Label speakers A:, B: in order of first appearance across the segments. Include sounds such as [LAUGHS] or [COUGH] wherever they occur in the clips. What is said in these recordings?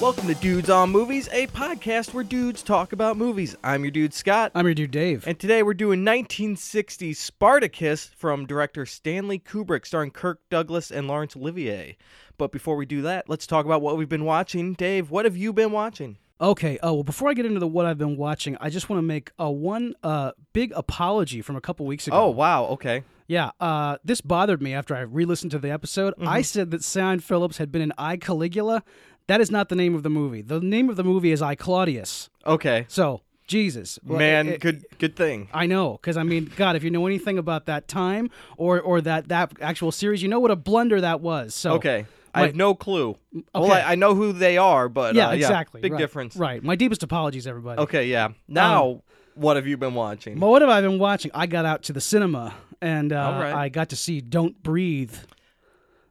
A: Welcome to Dudes on Movies, a podcast where dudes talk about movies. I'm your dude Scott,
B: I'm your dude, Dave.
A: and today we're doing 1960 Spartacus from director Stanley Kubrick, starring Kirk Douglas and Laurence Olivier. But before we do that, let's talk about what we've been watching. Dave, what have you been watching?
B: okay. Oh well, before I get into the what I've been watching, I just want to make a one uh, big apology from a couple weeks ago.
A: Oh wow, okay.
B: yeah. Uh, this bothered me after I re-listened to the episode. I
A: Mm-hmm.
B: said that Sion Phillips had been in I Caligula. That is not the name of the movie. The name of the movie is I Claudius.
A: Okay.
B: So Jesus, Well,
A: Man,
B: it- it-
A: good good thing.
B: I know, because I mean, God, if you know anything about that time or or that that actual series, you know what a blunder that was. So
A: Okay. I
B: Oh. my- Mm,
A: have no clue. Well,
B: Okay.
A: I, I know who they are, but
B: yeah,
A: uh,
B: exactly.
A: Big
B: right,
A: difference.
B: Right. Um, My deepest apologies, everybody.
A: Okay, yeah. Now, what have you been watching?
B: But what have I been watching? I got out to the cinema and uh,
A: All right.
B: I got to see Don't Breathe.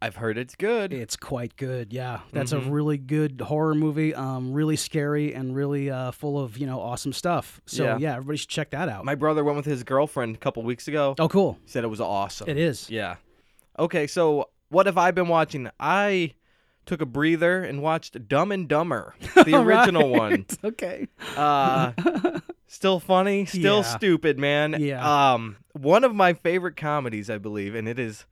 A: I've heard it's good.
B: It's quite good. Yeah, that's
A: Mm-hmm.
B: a really good horror movie. Um, really scary and really uh, full of you know awesome stuff. So
A: Yeah.
B: yeah, everybody should check that out.
A: My brother went with his girlfriend a couple weeks ago.
B: oh, cool.
A: He said it was awesome.
B: It
A: [LAUGHS]
B: is.
A: Yeah. Okay, so what have I been watching? I took a breather and watched Dumb and
B: [LAUGHS]
A: Dumber, the
B: All right.
A: original one.
B: okay. [LAUGHS]
A: Uh, still funny, still
B: Yeah.
A: stupid, man.
B: Yeah.
A: Um, one of my favorite comedies, I believe, and it is,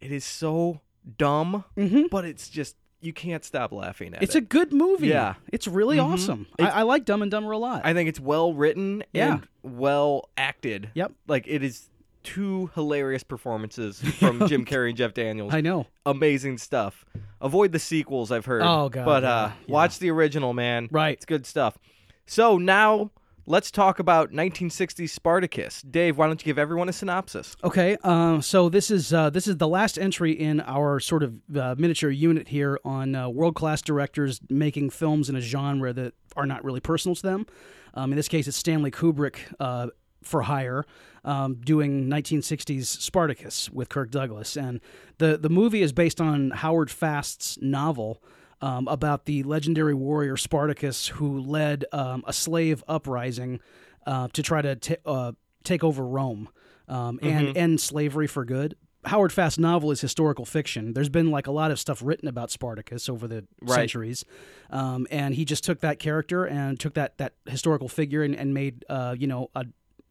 A: it is so dumb,
B: hmm
A: but it's just you can't stop laughing at
B: It's a
A: it.
B: good movie.
A: Yeah.
B: it's really
A: Mhm.
B: awesome.
A: It's-
B: I, I like Dumb and Dumber a lot.
A: I think it's well written
B: Yeah.
A: and well acted.
B: Yep.
A: Like it is two hilarious performances
B: [LAUGHS]
A: from Jim Carrey and Jeff Daniels.
B: I know.
A: Amazing stuff. Avoid the sequels, I've heard.
B: Oh, God,
A: But
B: yeah,
A: uh,
B: yeah.
A: watch the original, man.
B: Right.
A: It's good stuff. So now let's talk about 1960s Spartacus. Dave, why don't you give everyone a synopsis?
B: Okay, uh, so this is uh, this is the last entry in our sort of uh, miniature unit here on uh, world class directors making films in a genre that are not really personal to them. Um, in this case, it's Stanley Kubrick uh, for hire um, doing 1960s Spartacus with Kirk Douglas, and the the movie is based on Howard Fast's novel um, about the legendary warrior Spartacus who led um, a slave uprising uh, to try to ta uh, take over Rome um, and end slavery for good. Howard Fast's novel is historical fiction. There's been like a lot of stuff written about Spartacus over the
A: Right.
B: centuries, um, and he just took that character and took that that historical figure and, and made uh, you know a,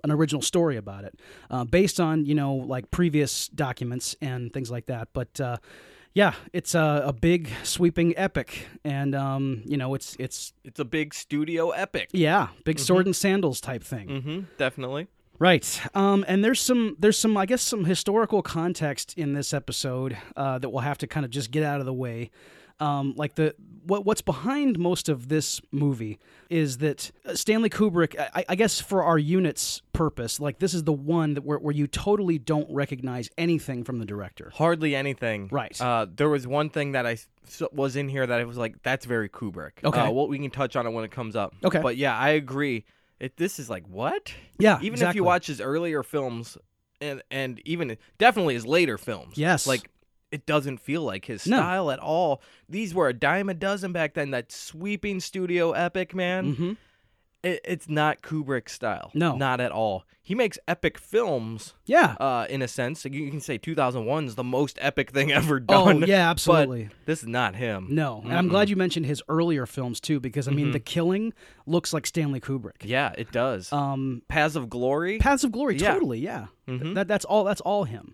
B: an original story about it, uh, based on you know like previous documents and things like that. But uh, yeah, it's a, a big sweeping epic, and um, you know it's it's
A: It's a big studio epic.
B: yeah, big sword and sandals type thing.
A: Mm-hmm. Definitely.
B: Right. Um, and there's some there's some I guess some historical context in this episode uh, that we'll have to kind of just get out of the way. Um, like the what what's behind most of this movie is that uh, Stanley Kubrick, I, I guess for our unit's purpose, like this is the one that where, where you totally don't recognize anything from the director.
A: Hardly anything.
B: Right.
A: Uh, there was one thing that I s- was in here that I was like, that's very Kubrick.
B: Okay.
A: Uh, well, we can touch on it when it comes up.
B: Okay.
A: But yeah, I agree. It, this is like what?
B: Yeah,
A: Even if
B: exactly.
A: you watch his earlier films, and and even definitely his later films.
B: Yes.
A: Like it doesn't feel like his
B: No.
A: style at all. These were a dime a dozen back then. That sweeping studio epic, man
B: hmm
A: it, it's not Kubrick style.
B: No.
A: not at all. He makes epic films.
B: Yeah.
A: uh, in a sense, you you can say 2001 is the most epic thing [LAUGHS] ever
B: Oh
A: done.
B: yeah, absolutely.
A: But this is not him.
B: no, and I'm glad you mentioned his earlier films too, because I mean, The Killing looks like Stanley Kubrick.
A: Yeah, it does.
B: Um,
A: Paths of Glory.
B: Paths of Glory,
A: Yeah. Mm-hmm.
B: totally, yeah. Th- That that's all that's all him.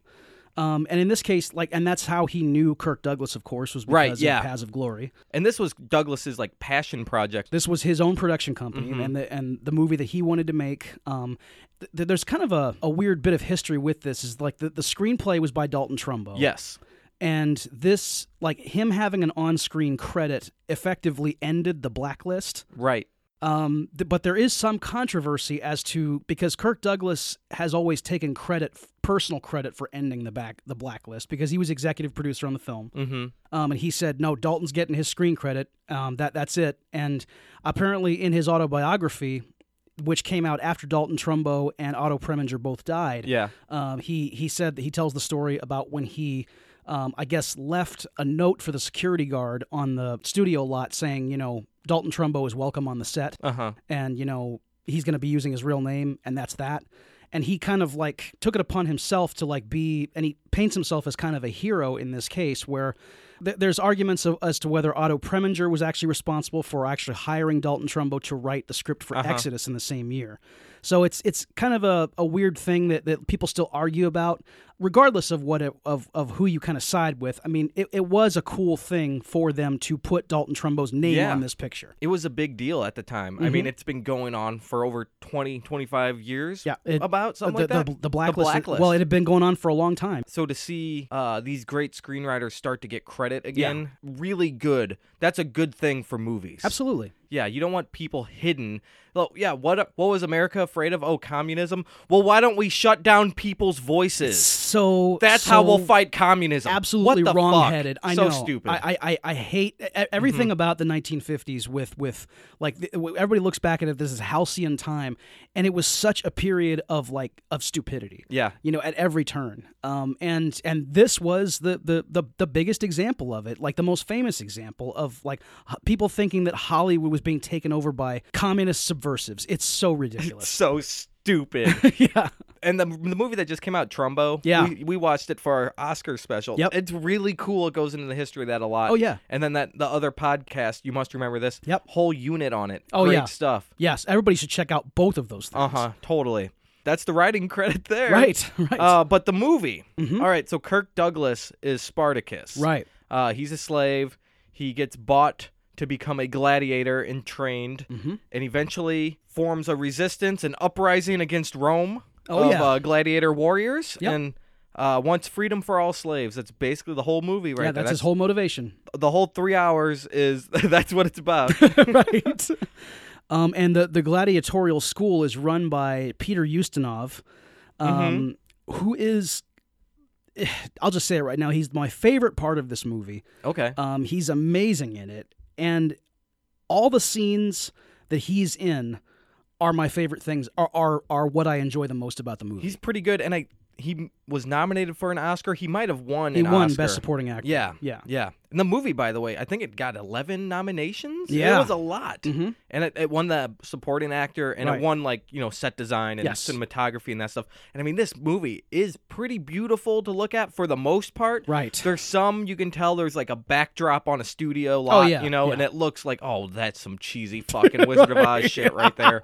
B: Um, and in this case, like, and that's how he knew Kirk Douglas, of course, was because
A: Right,
B: of
A: yeah.
B: Paths of Glory.
A: and this was Douglas's like passion project.
B: This was his own production company,
A: Mm-hmm.
B: and the and the movie that he wanted to make. Um, th- th- there's kind of a, a weird bit of history with this. Is like the, the screenplay was by Dalton Trumbo.
A: Yes.
B: and this like him having an on screen credit effectively ended the blacklist.
A: Right.
B: Um, th- but there is some controversy as to because Kirk Douglas has always taken credit, f- personal credit for ending the back the blacklist because he was executive producer on the film.
A: Mm-hmm.
B: Um, and he said, "No, Dalton's getting his screen credit. Um, that that's it." And apparently, in his autobiography, which came out after Dalton Trumbo and Otto Preminger both died,
A: Yeah.
B: um, he he said that he tells the story about when he. Um, I guess left a note for the security guard on the studio lot saying, you know, Dalton Trumbo is welcome on the set
A: Uh huh.
B: and you know he's going to be using his real name and that's that and he kind of like took it upon himself to like be and he paints himself as kind of a hero in this case where Th- There's arguments of, as to whether Otto Preminger was actually responsible for actually hiring Dalton Trumbo to write the script for Exodus in the same year. So it's it's kind of a, a weird thing that, that people still argue about, regardless of what it, of of who you kind of side with. I mean, it, it was a cool thing for them to put Dalton Trumbo's name
A: Yeah.
B: on this picture.
A: It was a big deal at the time. I
B: Mm-hmm.
A: mean, it's been going on for over 20, 25 years.
B: Yeah, it-
A: about something
B: the,
A: like that.
B: the, the blacklist.
A: blacklist.
B: Well, it had been going on for a long time.
A: so to see uh, these great screenwriters start to get credit again, really good. That's a good thing for movies.
B: Absolutely.
A: Yeah, you don't want people hidden. Well, yeah, what what was America afraid of? Oh, communism. Well, why don't we shut down people's voices?
B: So
A: That's how we'll
B: so-
A: fight communism.
B: absolutely
A: what the
B: wrong-headed.
A: Fuck?
B: I
A: so
B: know.
A: stupid. Mm-hmm.
B: I, I, I- I hate e- everything about the 1950s. With with like the, everybody looks back at it. This is halcyon time, and it was such a period of like of stupidity.
A: yeah,
B: You know, at every turn. Um, and and this was the, the the the biggest example of it, like the most famous example of like h- people thinking that Hollywood was being taken over by communist subversives. It's so ridiculous.
A: so stupid.
B: [LAUGHS] yeah.
A: [LAUGHS] and the, the movie that just came out, Trumbo.
B: Yeah.
A: we, we watched it for our Oscar special.
B: Yep.
A: it's really cool. It goes into the history of that a lot.
B: Oh, yeah.
A: And then that the other podcast, you must remember this.
B: Yep.
A: whole unit on it.
B: Oh,
A: Great
B: yeah.
A: stuff.
B: [LAUGHS] Yes. Everybody should check out both of those things.
A: Uh huh. Totally. That's the writing [LAUGHS] credit there.
B: [LAUGHS] Right. Right. Mm-hmm.
A: Uh, but the movie. All right. So Kirk Douglas is Spartacus.
B: right.
A: Uh, he's a slave. He gets bought to become a gladiator and trained,
B: Mm-hmm.
A: and eventually forms a resistance, an uprising against Rome
B: Oh,
A: of
B: yeah.
A: uh, gladiator warriors,
B: Yep.
A: and uh, wants freedom for all slaves. That's basically the whole movie, right?
B: yeah,
A: there.
B: that's his whole [LAUGHS] motivation.
A: the whole three hours is [LAUGHS] that's what it's
B: [LAUGHS]
A: about.
B: right. Um, and the, the gladiatorial school is run by Peter Ustinov, um, who is, [SIGHS] I'll just say it right now, he's my favorite part of this movie.
A: okay.
B: Um, he's amazing in it. And all the scenes that he's in are my favorite things, are, are, are what I enjoy the most about the movie.
A: He's pretty good, and I he was nominated for an Oscar. He might have won.
B: he
A: an
B: won
A: Oscar.
B: Best Supporting Actor.
A: Yeah.
B: Yeah.
A: Yeah. And the movie, by the way, I think it got 11 nominations.
B: Yeah. Mm.
A: It was a lot. And it, it won the supporting actor and
B: Right.
A: it won, like, you know, set design and
B: Yes.
A: cinematography and that stuff. And I mean, this movie is pretty beautiful to look at for the most part.
B: Right.
A: There's some you can tell there's like a backdrop on a studio lot,
B: Oh, yeah,
A: you know,
B: yeah.
A: and it looks like, oh, that's some cheesy
B: [LAUGHS]
A: fucking Wizard of Oz shit right there.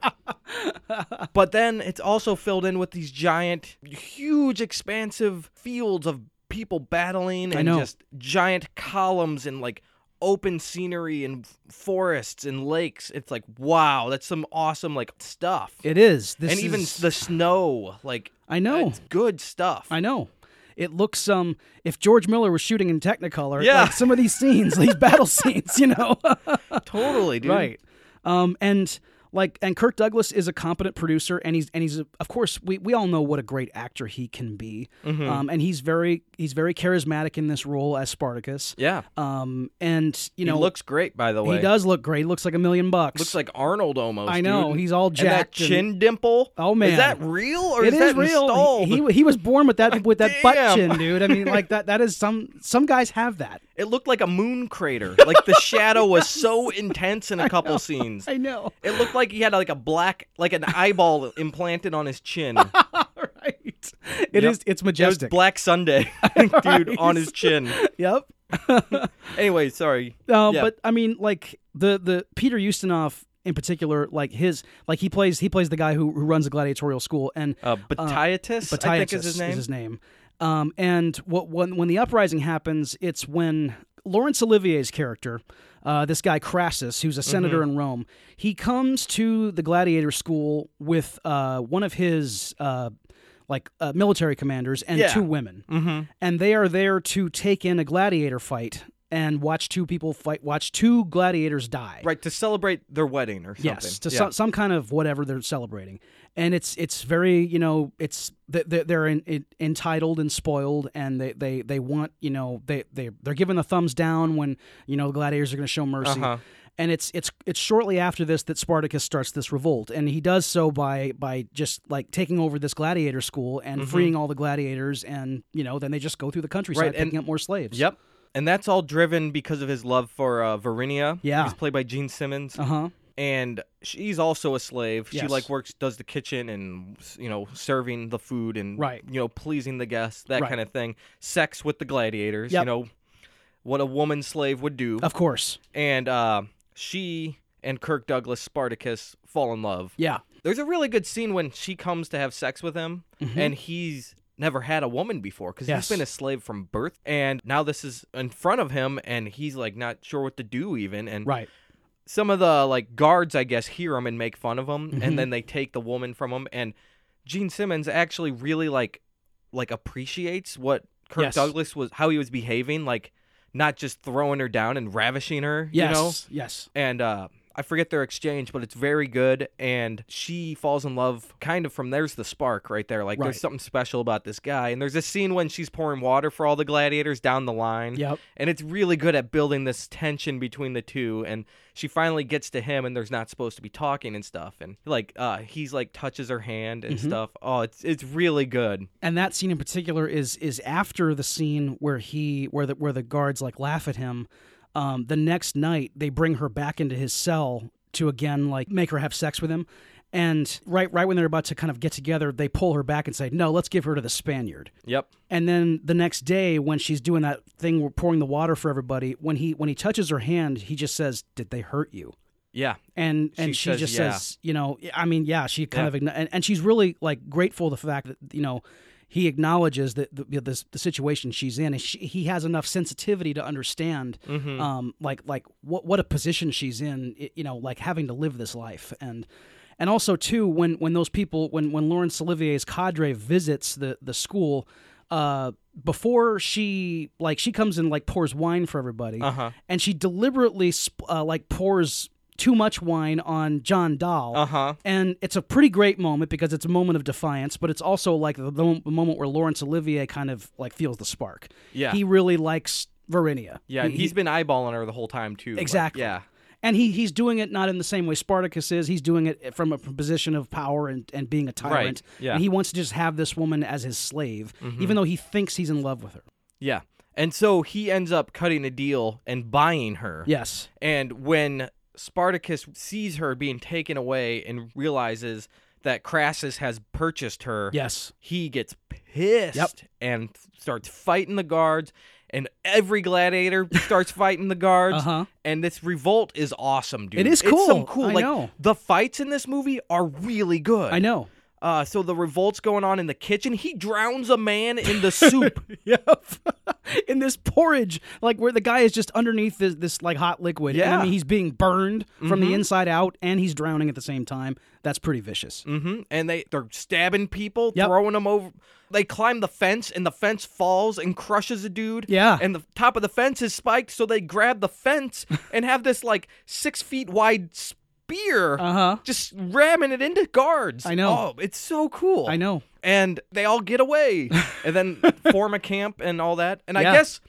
A: But then it's also filled in with these giant, huge, expansive fields of people battling and
B: know.
A: just giant columns and like open scenery and f- forests and lakes. It's like, wow, that's some awesome like stuff.
B: It is. This
A: and even
B: is-
A: the snow, like
B: I know.
A: it's good stuff.
B: I know. It looks um if George Miller was shooting in Technicolor,
A: Yeah.
B: like some of these scenes, these battle [LAUGHS] scenes, you know.
A: [LAUGHS] totally, dude.
B: Um and like and Kirk Douglas is a competent producer and he's and he's of course we, we all know what a great actor he can be.
A: Mm-hmm.
B: Um and he's very he's very charismatic in this role as Spartacus.
A: Yeah.
B: Um and you know
A: he looks great, by the way.
B: he does look great. He looks like a million bucks.
A: Looks like Arnold almost.
B: I know,
A: dude.
B: he's all jacked
A: And
B: and-
A: that chin dimple.
B: Oh, man.
A: is that real or
B: it
A: is that
B: is real.
A: installed?
B: He, he he was born
A: [LAUGHS]
B: with that with that butt
A: Damn.
B: chin, dude. I mean, like that that is some some guys
A: [LAUGHS]
B: have that.
A: It looked like a moon
B: [LAUGHS]
A: crater. Like the shadow was so intense in a couple scenes.
B: I [LAUGHS] know.
A: It looked like he had like a black, like
B: [LAUGHS]
A: an eyeball implanted on his chin.
B: right.
A: Yep.
B: It is. It's
A: It was
B: majestic.
A: Black Sunday, [LAUGHS]
B: [LAUGHS]
A: dude, on his chin.
B: Yep.
A: Anyway, sorry.
B: Uh,
A: Yeah.
B: But I mean, like the the Peter Ustinov in particular, like his like he plays he plays the guy who who runs the gladiatorial school and
A: Uh, Batiatus, I think is
B: Batiatus
A: his name.
B: Um, and what when when the uprising happens, it's when Laurence Olivier's character, uh, this guy Crassus, who's a senator
A: Mm-hmm.
B: in Rome, he comes to the gladiator school with uh, one of his uh, like uh, military commanders and
A: Yeah.
B: two women,
A: Mhm.
B: and they are there to take in a gladiator fight and watch two people fight, watch two gladiators die.
A: Right, to celebrate their wedding or something.
B: Yes, to
A: yeah.
B: some, some kind of whatever they're celebrating, and it's it's very you know it's th- th- they're in, in, entitled and spoiled, and they, they they want you know they they they're given the thumbs down when you know the gladiators are going to show mercy,
A: Uh-huh.
B: and it's it's it's shortly after this that Spartacus starts this revolt, and he does so by by just like taking over this gladiator school
A: Mm-hmm.
B: and freeing all the gladiators, and you know then they just go through the countryside
A: Right, and-
B: picking up more slaves.
A: Yep. And that's all driven because of his love for uh, Verinia.
B: Yeah.
A: He's played by Gene Simmons.
B: Uh huh.
A: and she's also a slave. She
B: Yes.
A: like works, does the kitchen, and you know, serving the food and
B: Right.
A: you know, pleasing the guests, that
B: Right.
A: kind of thing. Sex with the gladiators,
B: Yep.
A: you know, what a woman slave would do.
B: Of course.
A: and uh, she and Kirk Douglas Spartacus fall in love.
B: Yeah.
A: There's a really good scene when she comes to have sex with him,
B: Mm-hmm.
A: and he's never had a woman before because
B: Yes.
A: he's been a slave from birth, and now this is in front of him, and he's like not sure what to do even, and
B: Right.
A: some of the like guards, I guess, hear him and make fun of him,
B: Mm-hmm.
A: and then they take the woman from him, and Gene Simmons actually really like like appreciates what Kirk
B: Yes.
A: Douglas was how he was behaving, like not just throwing her down and ravishing her,
B: Yes.
A: you know
B: Yes.
A: and uh I forget their exchange, but it's very good. And she falls in love kind of from there's the spark right there. Like
B: Right.
A: there's something special about this guy. And there's a scene when she's pouring water for all the gladiators down the line.
B: Yep.
A: And it's really good at building this tension between the two. And she finally gets to him, and there's not supposed to be talking and stuff. And like uh, he's like touches her hand
B: Mm-hmm.
A: and stuff. Oh, it's it's really good.
B: and that scene in particular is is after the scene where he where the where the guards like laugh at him um, the next night they bring her back into his cell to again like make her have sex with him and right right when they're about to kind of get together they pull her back and say no let's give her to the spaniard
A: Yep.
B: and then the next day when she's doing that thing where pouring the water for everybody when he when he touches her hand he just says did they hurt you
A: Yeah.
B: and and
A: She
B: she
A: says,
B: just
A: "Yeah."
B: says, you know, I mean, yeah, she kind of of and, and she's really like grateful the fact that you know he acknowledges that the the, the, situation she's in, and she, he has enough sensitivity to understand,
A: Mm-hmm.
B: um, like like what what a position she's in, i- you know, like having to live this life and. And also too, when, when those people, when when Laurence Olivier's cadre visits the the school, uh, before she like she comes and like pours wine for everybody,
A: Uh-huh.
B: and she deliberately sp- uh, like pours too much wine on John Dahl.
A: Uh huh.
B: And it's a pretty great moment because it's a moment of defiance, but it's also like the, the mo- moment where Laurence Olivier kind of like feels the spark.
A: Yeah.
B: he really likes Verinia.
A: Yeah.
B: He-
A: He, has been eyeballing her the whole time too. Like,
B: Exactly.
A: yeah.
B: and he he's doing it not in the same way Spartacus is. He's doing it from a position of power and, and being a tyrant.
A: Yeah. Mm-hmm.
B: And he wants to just have this woman as his slave, even though he thinks he's in love with her.
A: Yeah. And so he ends up cutting a deal and buying her.
B: Yes.
A: And when Spartacus sees her being taken away and realizes that Crassus has purchased her,
B: Yes.
A: he gets pissed and starts fighting the guards. And every gladiator starts fighting the guards.
B: Uh-huh.
A: And this revolt is awesome, dude.
B: It is
A: It's
B: cool.
A: some cool.
B: I
A: like
B: know.
A: the fights in this movie are really good. [LAUGHS]
B: I know.
A: Uh, so the revolt's going on in the kitchen. He drowns a man in the
B: [LAUGHS]
A: soup.
B: Yep. in this porridge, like where the guy is just underneath this, this like hot liquid. And, I
A: Yeah. Mm-hmm.
B: mean, he's being burned from the inside out and he's drowning at the same time. That's pretty vicious.
A: hmm And they they're stabbing people,
B: Yep.
A: throwing them over. They climb the fence, and the fence falls and crushes a dude.
B: Yeah.
A: And the top of the fence is spiked, so they grab the
B: [LAUGHS]
A: fence and have this like six feet wide spear,
B: Uh-huh.
A: just ramming it into guards.
B: I know.
A: Oh, it's so cool.
B: I know.
A: And they all get
B: [LAUGHS]
A: away, and then form a camp and all that. And
B: Yeah.
A: I guess.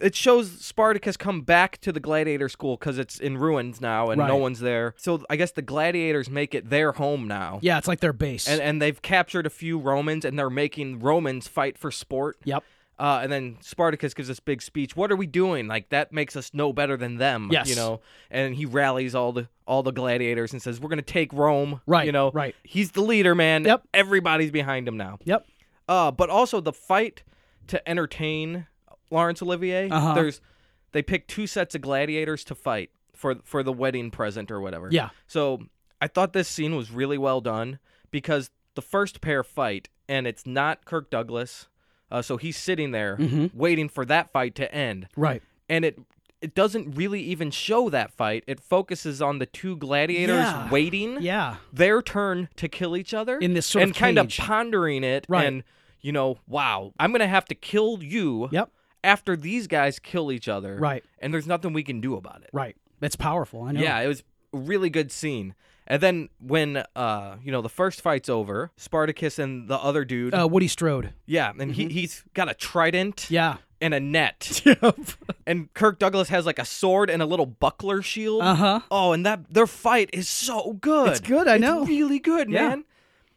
A: It shows Spartacus come back to the gladiator school because it's in ruins now and no
B: Right.
A: one's there. So I guess the gladiators make it their home now
B: Yeah, it's like their base.
A: and and they've captured a few Romans, and they're making Romans fight for sport.
B: yep.
A: Uh, and then Spartacus gives this big speech. What are we doing? Like that makes us no better than them.
B: Yes.
A: you know. And he rallies all the all the gladiators and says, "We're gonna take Rome."
B: Right,
A: You know.
B: right.
A: He's the leader, man.
B: Yep.
A: Everybody's behind him now.
B: Yep.
A: Uh, but also the fight to entertain Laurence Olivier.
B: Uh-huh.
A: There's they pick two sets of gladiators to fight for for the wedding present or whatever.
B: Yeah.
A: So I thought this scene was really well done because the first pair fight and it's not Kirk Douglas, uh, so he's sitting there
B: Mm-hmm.
A: waiting for that fight to end,
B: Right.
A: and it it doesn't really even show that fight. It focuses on the two gladiators
B: Yeah.
A: waiting
B: Yeah.
A: their turn to kill each other
B: In this sort
A: and
B: of
A: kind of
B: cage.
A: pondering it
B: Right.
A: and you know wow i'm gonna have to kill you
B: Yep.
A: after these guys kill each other
B: Right.
A: and there's nothing we can do about it
B: Right. It's powerful. I know.
A: yeah it was a really good scene and then when uh you know the first fight's over spartacus and the other dude
B: Uh, Woody Strode.
A: yeah and he, he's got a trident
B: Mm-hmm. Yeah.
A: and a net
B: [LAUGHS] Yep.
A: and kirk douglas has like a sword and a little buckler shield
B: Uh-huh.
A: oh and that their fight is so good it's
B: good, I know.
A: really good
B: Yeah.
A: man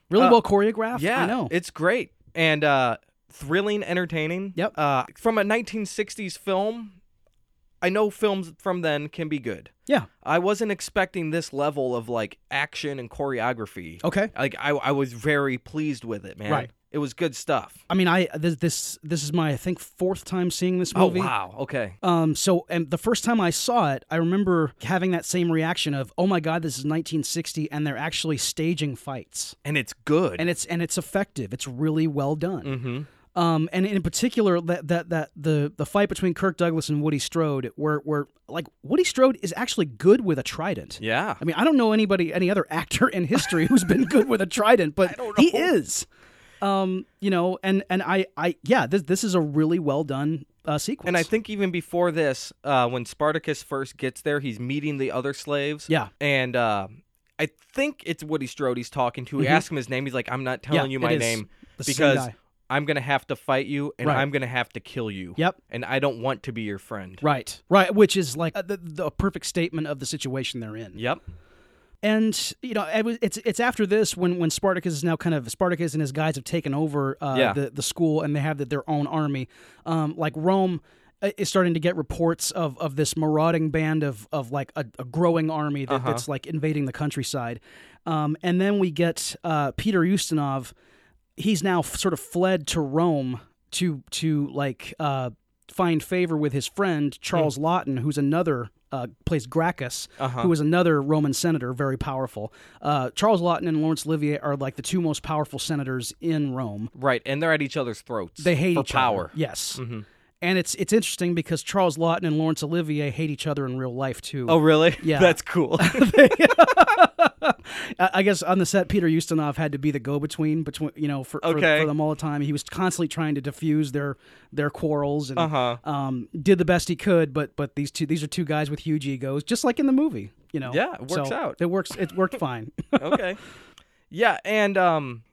B: Really
A: Uh,
B: well choreographed.
A: Yeah,
B: I know.
A: It's great and uh, thrilling, entertaining.
B: Yep.
A: Uh, from a 1960s film, I know films from then can be good.
B: yeah.
A: I wasn't expecting this level of like action and choreography.
B: Okay.
A: Like I, I was very pleased with it, man.
B: Right.
A: It It was good stuff.
B: I mean, I this this this is my I think fourth time seeing this
A: Oh
B: movie.
A: wow. Okay.
B: Um, so, and the first time I saw it, I remember having that same reaction of, "Oh my God, this is 1960, and they're actually staging fights,
A: And it's good.
B: and it's and it's effective. It's really well done."
A: mm-hmm.
B: Um, and in particular, that that that the the fight between Kirk Douglas and Woody Strode, where where like Woody Strode is actually good with a trident.
A: Yeah.
B: I mean, I don't know anybody, any other [LAUGHS] actor in history who's been good with a
A: [LAUGHS]
B: trident, but he is. Um, you know, and and I, I, yeah, this this is a really well done uh, sequence.
A: And I think even before this, uh, when Spartacus first gets there, he's meeting the other slaves.
B: yeah,
A: And uh, I think it's Woody Strode he's talking to. He
B: Mhm.
A: asks him his name. He's like, I'm not telling you
B: Yeah, it
A: my
B: is.
A: name
B: the same
A: because
B: guy.
A: I'm going to have to fight you and
B: Right.
A: I'm going to have to kill you.
B: Yep.
A: And I don't want to be your friend.
B: Right. Right. Which is like a, the, the perfect statement of the situation they're in.
A: Yep.
B: And you know, it was, it's it's after this when when Spartacus is now kind of Spartacus and his guys have taken over uh,
A: Yeah.
B: the the school and they have their own army. Um, like Rome uh, is starting to get reports of of this marauding band of of like a, a growing army that, that's like invading the countryside. Um, and then we get uh, Peter Ustinov. He's now f- sort of fled to Rome to to like uh, find favor with his friend Charles Lawton, who's another uh, plays Gracchus
A: Mm. Uh-huh.
B: who was another Roman senator, very powerful. Uh, Charles Lawton and Lawrence Olivier are like the two most powerful senators in Rome.
A: Right. And they're at each other's throats.
B: They hate
A: for
B: each
A: power. Mm-hmm.
B: other. Yes, and it's it's interesting because Charles Lawton and Lawrence Olivier hate each other in real life too.
A: Oh, really?
B: [LAUGHS] Yeah.
A: That's cool.
B: [LAUGHS] I I guess on the set, Peter Ustinov had to be the go-between between you know for, for-
A: Okay.
B: for, them all the time. He was constantly trying to diffuse their their quarrels and
A: Uh-huh.
B: um, did the best he could. But but these two these are two guys with huge egos, just like in the movie. You know,
A: Yeah, it works
B: So
A: out.
B: It works. It worked
A: [LAUGHS]
B: fine.
A: okay. Yeah, and um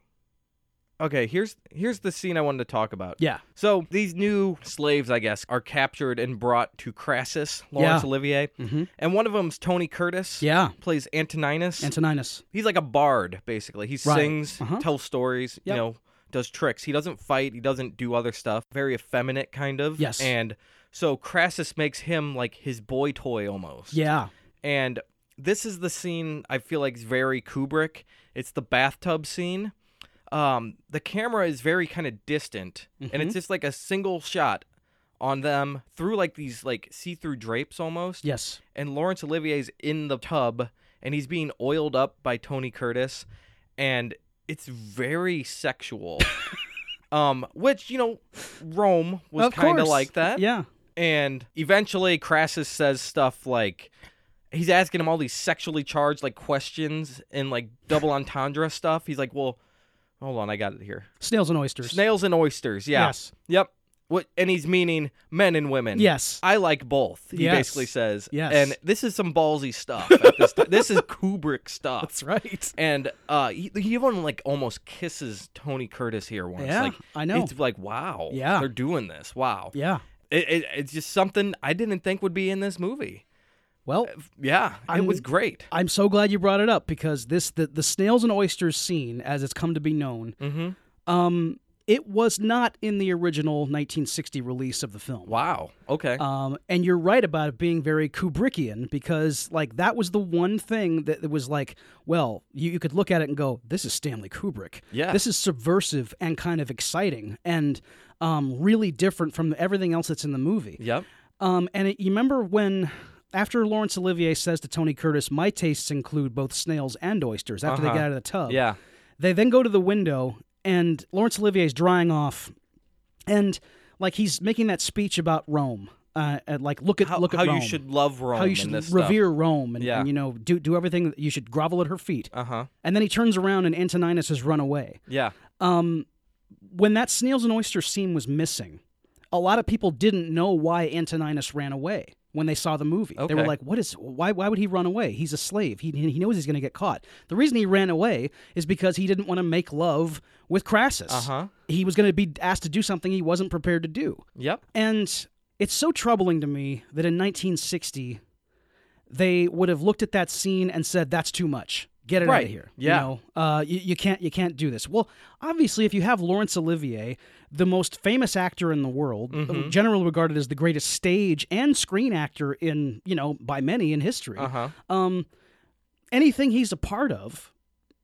A: okay, here's here's the scene I wanted to talk about.
B: yeah,
A: So these new slaves, I guess, are captured and brought to Crassus, Lawrence
B: Yeah.
A: Olivier, mm-hmm. and one of them's Tony Curtis.
B: yeah.
A: plays Antoninus.
B: Antoninus.
A: He's like a bard, basically. He
B: Right.
A: sings,
B: Uh-huh.
A: tells stories,
B: Yep.
A: you know, does tricks. He doesn't fight. He doesn't do other stuff. Very effeminate, kind of.
B: Yes.
A: And so Crassus makes him like his boy toy almost.
B: Yeah.
A: And this is the scene I feel like is very Kubrick. It's the bathtub scene. Um, the camera is very kind of distant, and
B: Mm-hmm.
A: it's just like a single shot on them through like these like see-through drapes almost.
B: Yes.
A: And Laurence Olivier's in the tub, and he's being oiled up by Tony Curtis, and it's very
B: [LAUGHS]
A: sexual. um, which you know, Rome was
B: Of
A: kind of
B: course.
A: like that
B: Yeah.
A: and eventually crassus says stuff like he's asking him all these sexually charged like questions and like double entendre stuff he's like well hold on i got it here
B: Snails and oysters.
A: snails and oysters yeah
B: Yes.
A: yep what and he's meaning men and women [LAUGHS]
B: Yes.
A: i like both he
B: Yes.
A: basically says
B: Yes.
A: and this is some ballsy stuff at this, ti- this is
B: [LAUGHS]
A: kubrick stuff
B: That's right.
A: and uh he, he even like almost kisses tony curtis here once
B: Yeah,
A: like
B: I know.
A: it's like wow
B: Yeah.
A: they're doing this wow
B: Yeah.
A: it, it, it's just something I didn't think would be in this movie.
B: Well,
A: Yeah, it was great.
B: I'm so glad you brought it up because this the, the snails and oysters scene, as it's come to be known,
A: Mm-hmm.
B: um, it was not in the original 1960 release of the film.
A: Wow. Okay.
B: Um, and you're right about it being very Kubrickian because, like, that was the one thing that was like, well, you, you could look at it and go, this is Stanley Kubrick.
A: Yeah.
B: This is subversive and kind of exciting and um, really different from everything else that's in the movie.
A: yep.
B: Um, and it, you remember when, after Laurence Olivier says to Tony Curtis, my tastes include both snails and oysters after they
A: Uh-huh.
B: get out of the tub.
A: Yeah.
B: They then go to the window, and Laurence Olivier is drying off, and like he's making that speech about Rome, uh, and, like look at
A: How,
B: look at
A: how
B: Rome,
A: you should love Rome.
B: how you
A: and
B: should
A: this
B: revere Rome, and,
A: Yeah.
B: and, you know do do everything that you should grovel at her feet.
A: Uh huh.
B: And then he turns around, and Antoninus has run away.
A: Yeah.
B: Um, when that snails and oysters scene was missing, a lot of people didn't know why Antoninus ran away when they saw the movie. They were
A: Okay.
B: like, "What is? Why? Why would he run away? He's a slave. He he knows he's going to get caught. The reason he ran away is because he didn't want to make love with Crassus.
A: Uh huh.
B: He was going to be asked to do something he wasn't prepared to do.
A: Yep.
B: And it's so troubling to me that in 1960, they would have looked at that scene and said, "That's too much. Get it out
A: Right.
B: of here.
A: Yeah.
B: You know, uh, you, you can't you can't do this." Well, obviously, if you have Laurence Olivier, the most famous actor in the world, uh,
A: Mm-hmm.
B: generally regarded as the greatest stage and screen actor in you know by many in history,
A: Uh huh.
B: um, anything he's a part of,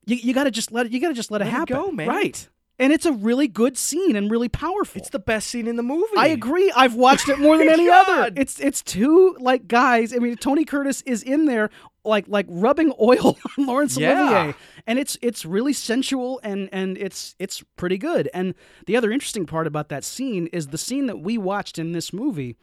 B: you, you got to just let it. You got to just let, it
A: Let it
B: happen.
A: go, man.
B: Right. and it's a really good scene and really powerful.
A: It's the best scene in the movie.
B: I agree. I've watched
A: [LAUGHS]
B: it more than any other.
A: God.
B: It's it's two like guys. I mean, Tony Curtis is in there like like rubbing oil [LAUGHS] on Laurence
A: Yeah.
B: Olivier, and it's it's really sensual and and it's it's pretty good. And the other interesting part about that scene is the scene that we watched in this movie.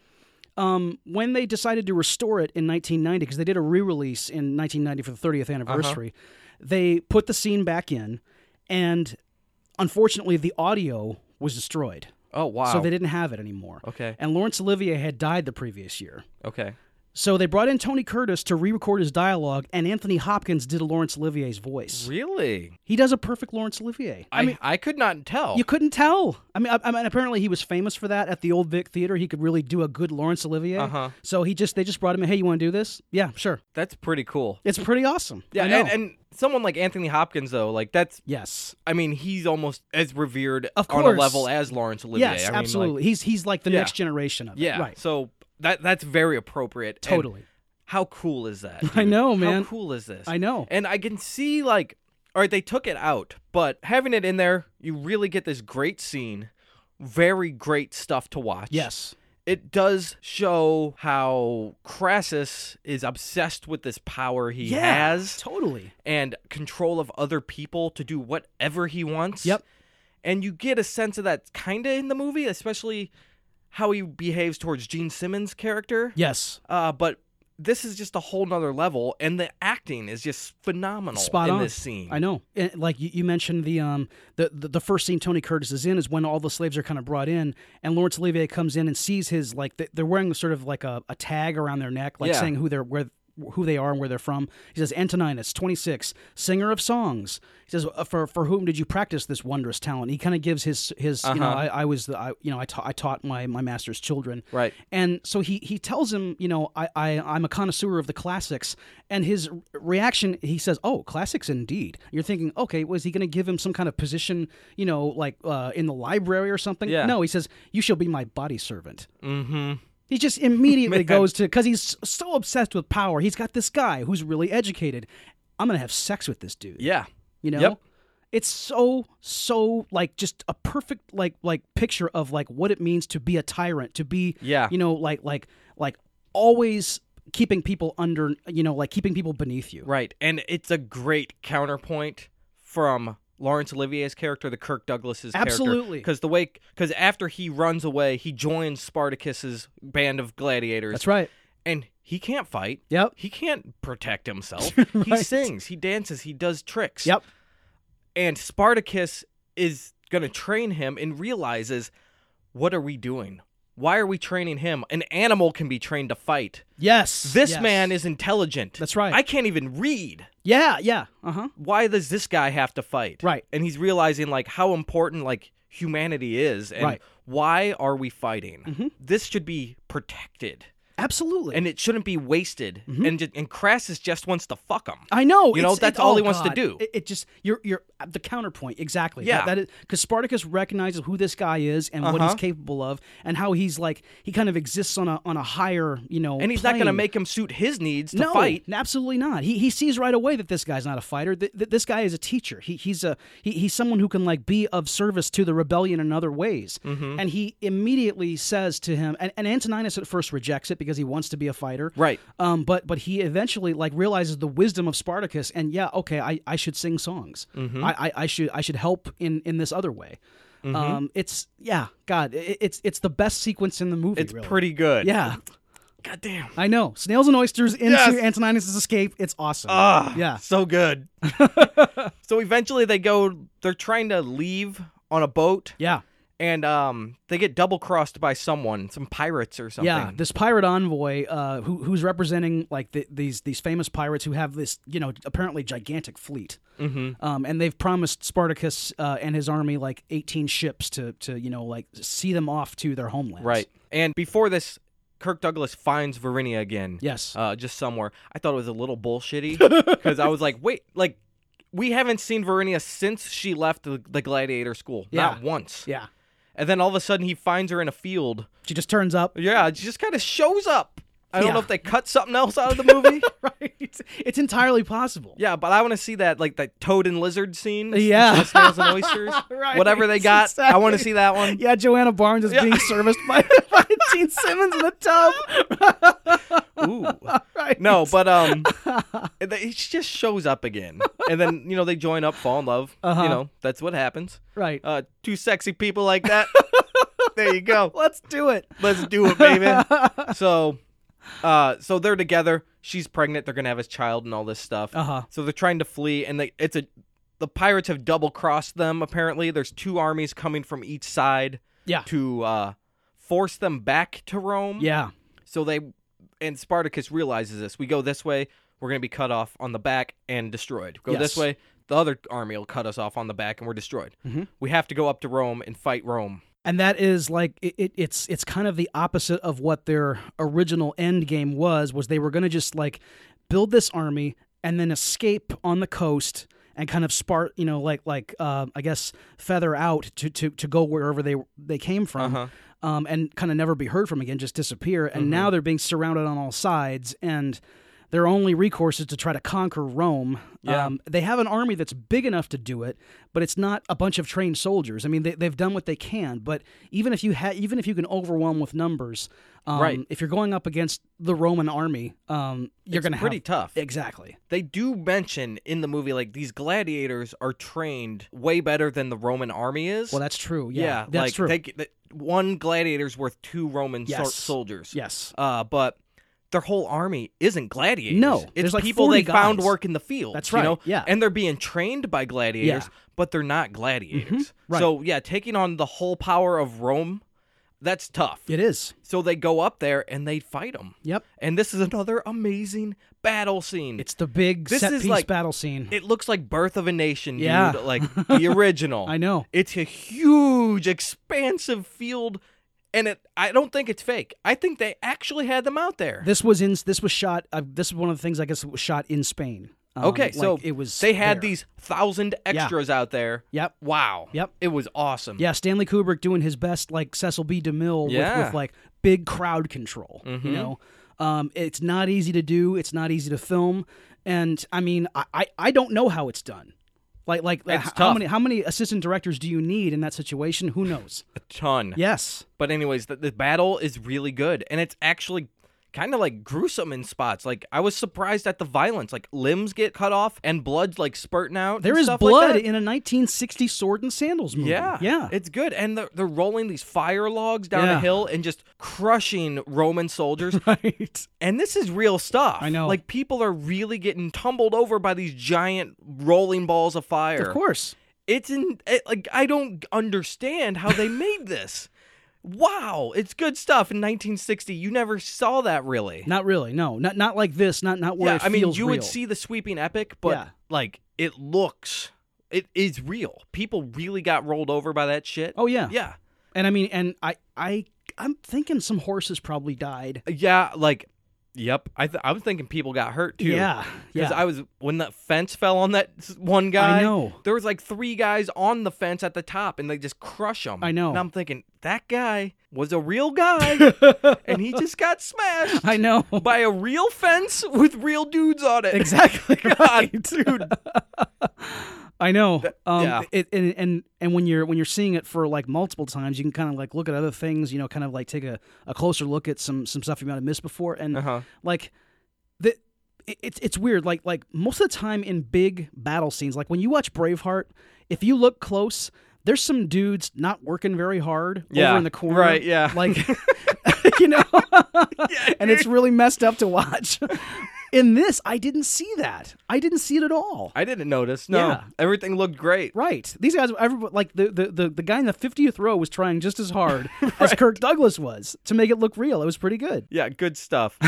B: Um, when they decided to restore it in 1990, because they did a re-release in 1990 for the
A: Uh-huh.
B: 30th anniversary, they put the scene back in, and unfortunately, the audio was destroyed.
A: Oh wow.
B: So they didn't have it anymore.
A: Okay.
B: And Laurence Olivier had died the previous year.
A: okay.
B: So they brought in Tony Curtis to re record his dialogue, and Anthony Hopkins did Laurence Olivier's voice.
A: Really?
B: He does a perfect Laurence Olivier.
A: I, mean, I could not tell.
B: You couldn't tell. I mean, I, I mean, apparently he was famous for that at the Old Vic Theater. He could really do a good Laurence Olivier.
A: Uh-huh.
B: So he just they just brought him in. Hey, you want to do this? Yeah, sure.
A: That's pretty cool.
B: It's pretty awesome.
A: Yeah,
B: I know.
A: and, and someone like Anthony Hopkins though, like that's
B: yes,
A: I mean, he's almost as revered
B: Of
A: on
B: course.
A: a level as Lawrence Olivier. I
B: yes,
A: mean, like,
B: absolutely. he's he's like the
A: Yeah.
B: next generation of it.
A: yeah.
B: right.
A: So that that's very appropriate. and
B: Totally.
A: how cool is that?
B: [LAUGHS] I
A: dude?
B: know,
A: How
B: man.
A: cool is this?
B: I know.
A: And I can see like, all right, they took it out, but having it in there, you really get this great scene, very great stuff to watch.
B: Yes.
A: it does show how Crassus is obsessed with this power he
B: yeah.
A: has
B: Totally.
A: and control of other people to do whatever he wants.
B: Yep.
A: And you get a sense of that kind of in the movie, especially how he behaves towards Gene Simmons' character.
B: Yes.
A: Uh, but this is just a whole nother level, and the acting is just phenomenal
B: Spot
A: in
B: on.
A: this scene.
B: I know. And, like you, you mentioned, the um the, the the first scene Tony Curtis is in is when all the slaves are kind of brought in, and Lawrence Olivier comes in and sees his like th- they're wearing sort of like a, a tag around their neck, like
A: Yeah.
B: saying who they're where who they are and where they're from. He says Antoninus, 26, singer of songs. He says "Uh, for for whom did you practice this wondrous talent? He kind of gives his his you know
A: Uh-huh.
B: I, I was the I, you know I, ta- I taught my my master's children
A: Right.
B: and so he he tells him, you know, I, I I'm a connoisseur of the classics, and his re- reaction, he says, "Oh, classics indeed." You're thinking, okay, was he going to give him some kind of position, you know, like uh, in the library or something?
A: Yeah.
B: No, he says, "You shall be my body servant."
A: Mm-hmm.
B: He just
A: [LAUGHS]
B: immediately
A: Man.
B: goes to because he's so obsessed with power. He's got this guy who's really educated. I'm gonna have sex with this dude.
A: Yeah.
B: You know.
A: Yep.
B: It's so so like just a perfect like like picture of like what it means to be a tyrant, to be
A: Yeah.
B: you know like like like always keeping people under you know like keeping people beneath you
A: Right. And it's a great counterpoint from Lawrence Olivier's character to Kirk Douglas's
B: Absolutely.
A: Because the way, because after he runs away, he joins Spartacus's band of gladiators.
B: that's right
A: And he can't fight.
B: yep
A: He can't protect
B: [LAUGHS]
A: himself. He
B: Right.
A: sings, he dances, he does tricks.
B: yep
A: And Spartacus is going to train him and realizes, what are we doing? Why are we training him? An animal can be trained to fight.
B: yes
A: This
B: Yes.
A: man is intelligent.
B: That's right.
A: I can't even read
B: yeah yeah uh-huh
A: why does this guy have to fight?
B: Right.
A: And he's realizing like how important like humanity is and
B: Right. Mm-hmm.
A: why are we fighting? This should be protected
B: absolutely
A: and it shouldn't be wasted. And ju- and Crassus just wants to fuck him.
B: I know.
A: You know,
B: it's-
A: that's
B: it's-
A: all
B: oh,
A: he wants to
B: God.
A: do.
B: It, it just you're you're uh, the counterpoint exactly.
A: Yeah.
B: that, that is because Spartacus recognizes who this guy is and what he's
A: Uh-huh.
B: capable of and how he's like he kind of exists on a on a higher you know.
A: and he's not going to
B: plane.
A: make him suit his needs to
B: no,
A: fight.
B: absolutely not. He he sees right away that this guy's not a fighter. Th- th- this guy is a teacher. He he's a he, he's someone who can like be of service to the rebellion in other ways.
A: Mm-hmm.
B: And he immediately says to him, and, and Antoninus at first rejects it because he wants to be a fighter,
A: Right.
B: Um, but but he eventually like realizes the wisdom of Spartacus, and yeah, okay, I, I should sing songs.
A: Mm-hmm.
B: I, I I should I should help in in this other way. Um, it's yeah, God, it, it's it's the best sequence in the movie.
A: It's
B: really.
A: pretty good.
B: yeah.
A: God damn.
B: I know. Snails and oysters into
A: Yes.
B: Antoninus' escape. It's awesome.
A: Ah,
B: Yeah.
A: So [LAUGHS] good. so eventually they go they're trying to leave on a boat
B: yeah.
A: and um they get double crossed by someone, some pirates or something.
B: Yeah. This pirate envoy uh, who, who's representing like the, these these famous pirates who have this, you know, apparently gigantic fleet. Mm-hmm. Um, and they've promised Spartacus uh, and his army like 18 ships to, to, you know, like see them off to their homelands.
A: Right. And before this, Kirk Douglas finds Varinia again.
B: Yes.
A: Uh, just somewhere. I thought it was a little bullshitty
B: [LAUGHS]
A: because I was like, wait, like, we haven't seen Varinia since she left the, the gladiator school. Not
B: Yeah.
A: once.
B: yeah.
A: And then all of a sudden he finds her in a field.
B: She just turns up.
A: Yeah, she just kind of shows up. I don't
B: Yeah.
A: know if they cut something else out of the
B: [LAUGHS]
A: movie.
B: [LAUGHS] right? It's entirely possible.
A: yeah, but I want to see that like that toad and lizard scene.
B: Yeah.
A: With snails and oysters.
B: [LAUGHS] Right,
A: Whatever they got, I want to
B: exactly.
A: see that
B: [LAUGHS]
A: one.
B: Yeah, Joanna Barnes is
A: Yeah. [LAUGHS]
B: being serviced by, [LAUGHS] by Gene Simmons in the tub.
A: Ooh.
B: Right.
A: No, but
B: [LAUGHS]
A: um, it it just shows up again, and then you know they join up, fall in love.
B: Uh-huh.
A: You know that's what happens.
B: Right.
A: Uh, two sexy people like
B: [LAUGHS]
A: that. there you go.
B: Let's do it.
A: Let's do it,
B: [LAUGHS]
A: baby. so, uh, so they're together. She's pregnant. They're gonna have a child and all this stuff.
B: Uh-huh.
A: So they're trying to flee, and they, it's a the pirates have double crossed them. Apparently, there's two armies coming from each side
B: Yeah.
A: to uh, force them back to Rome.
B: Yeah.
A: So they and Spartacus realizes this. We go this way, we're going to be cut off on the back and destroyed. Go
B: Yes.
A: this way, the other army will cut us off on the back and we're destroyed.
B: Mhm.
A: We have to go up to Rome and fight Rome.
B: and that is like it, it, it's it's kind of the opposite of what their original end game was was they were going to just like build this army and then escape on the coast and kind of spart you know like like uh, i guess feather out to, to to go wherever they they came from um, and kind of never be heard from again just disappear and
A: Mm-hmm.
B: now they're being surrounded on all sides and their only recourse is to try to conquer Rome.
A: Yeah.
B: Um, they have an army that's big enough to do it, but it's not a bunch of trained soldiers. I mean, they, they've done what they can, but even if you ha- even if you can overwhelm with numbers, um,
A: Right.
B: if you're going up against the Roman army, um, you're
A: It's
B: going to
A: pretty
B: have
A: tough.
B: exactly
A: They do mention in the movie like these gladiators are trained way better than the Roman army is.
B: well. That's true. Yeah,
A: yeah,
B: that's
A: like
B: true.
A: They, they, one gladiator's worth two Roman sol-
B: Yes.
A: soldiers.
B: yes,
A: Uh, but their whole army isn't gladiators.
B: No, there's
A: it's
B: like
A: people
B: 40
A: they found
B: guys.
A: work in the field.
B: That's
A: You
B: right,
A: know?
B: yeah.
A: and they're being trained by gladiators,
B: Yeah. Mm-hmm,
A: but they're not gladiators.
B: right.
A: So yeah, taking on the whole power of Rome, that's tough.
B: it is.
A: So they go up there and they fight them.
B: Yep,
A: And this is another amazing battle scene.
B: it's the big
A: This
B: set
A: is
B: piece
A: like-
B: battle scene.
A: it looks like Birth of a Nation,
B: Yeah.
A: dude.
B: [LAUGHS]
A: Like the original.
B: I know.
A: It's a huge, expansive field, and it. I don't think it's fake. I think they actually had them out there.
B: This was in. This was shot. Uh, this is one of the things I guess was shot in Spain. Um,
A: Okay,
B: like,
A: so
B: it was.
A: They had
B: there.
A: these thousand extras out there.
B: Yep.
A: Wow.
B: Yep.
A: It was awesome.
B: Yeah, Stanley Kubrick doing his best, like Cecil B. DeMille, with,
A: Yeah. Mm-hmm.
B: with like big crowd control. You know, um, it's not easy to do. It's not easy to film, and I mean, I I, I don't know how it's done. Like like h- how
A: tough.
B: many how many assistant directors do you need in that situation?
A: [LAUGHS]
B: Who knows?
A: A ton.
B: yes,
A: But anyways, the, the battle is really good, and it's actually kind of like gruesome in spots. Like I was surprised at the violence. Like limbs get cut off and blood's like spurting out.
B: there
A: and
B: is
A: stuff like
B: blood
A: that.
B: in a 1960 sword and sandals movie.
A: Yeah,
B: yeah.
A: it's good, and they're, they're rolling these fire logs down
B: Yeah.
A: a hill and just crushing Roman
B: [LAUGHS]
A: soldiers.
B: [LAUGHS] right.
A: and this is real stuff.
B: I know.
A: like people are really getting tumbled over by these giant rolling balls of fire.
B: Of course.
A: it's in it, like I don't understand how they
B: [LAUGHS]
A: made this. Wow, it's good stuff. In 1960, you never saw that really.
B: Not really. No. Not not like this. Not not where
A: yeah,
B: it
A: I mean,
B: feels
A: you
B: real.
A: would see the sweeping epic, but
B: Yeah.
A: like it looks, it is real. People really got rolled over by that shit.
B: Oh yeah.
A: yeah,
B: And I mean, and I I I'm thinking some horses probably died.
A: yeah. Like, yep. I th- I was thinking people got hurt too.
B: Yeah.
A: Because
B: Yeah.
A: I was when that fence fell on that s- one guy. [LAUGHS]
B: know.
A: there was like three guys on the fence at the top, and they just crush him.
B: I know.
A: And I'm thinking that guy was a real guy, and he just got smashed
B: [LAUGHS] I
A: [LAUGHS]
B: know.
A: by a real fence with real dudes on it.
B: Exactly. [LAUGHS]
A: God, dude.
B: I know. Um,
A: yeah.
B: It, and and and when you're when you're seeing it for like multiple times, you can kind of like look at other things. You know, kind of like take a, a closer look at some some stuff you might have missed before.
A: [LAUGHS]
B: And
A: Uh-huh.
B: like the it, it's it's weird. Like like most of the time in big battle scenes, like when you watch Braveheart, if you look close. There's some dudes not working very hard
A: Yeah.
B: over in the corner.
A: Right, yeah. [LAUGHS]
B: Like, [LAUGHS] you know, and it's really messed up to watch. [LAUGHS] In this, I didn't see that. I didn't see it at all.
A: I didn't notice. No,
B: Yeah.
A: everything looked great.
B: Right. These guys, everybody, like the, the, the, the guy in the 50th row was trying just as
A: [LAUGHS]
B: hard as Kirk Douglas was to make it look real. It was pretty good.
A: Yeah, good
B: [LAUGHS]
A: stuff.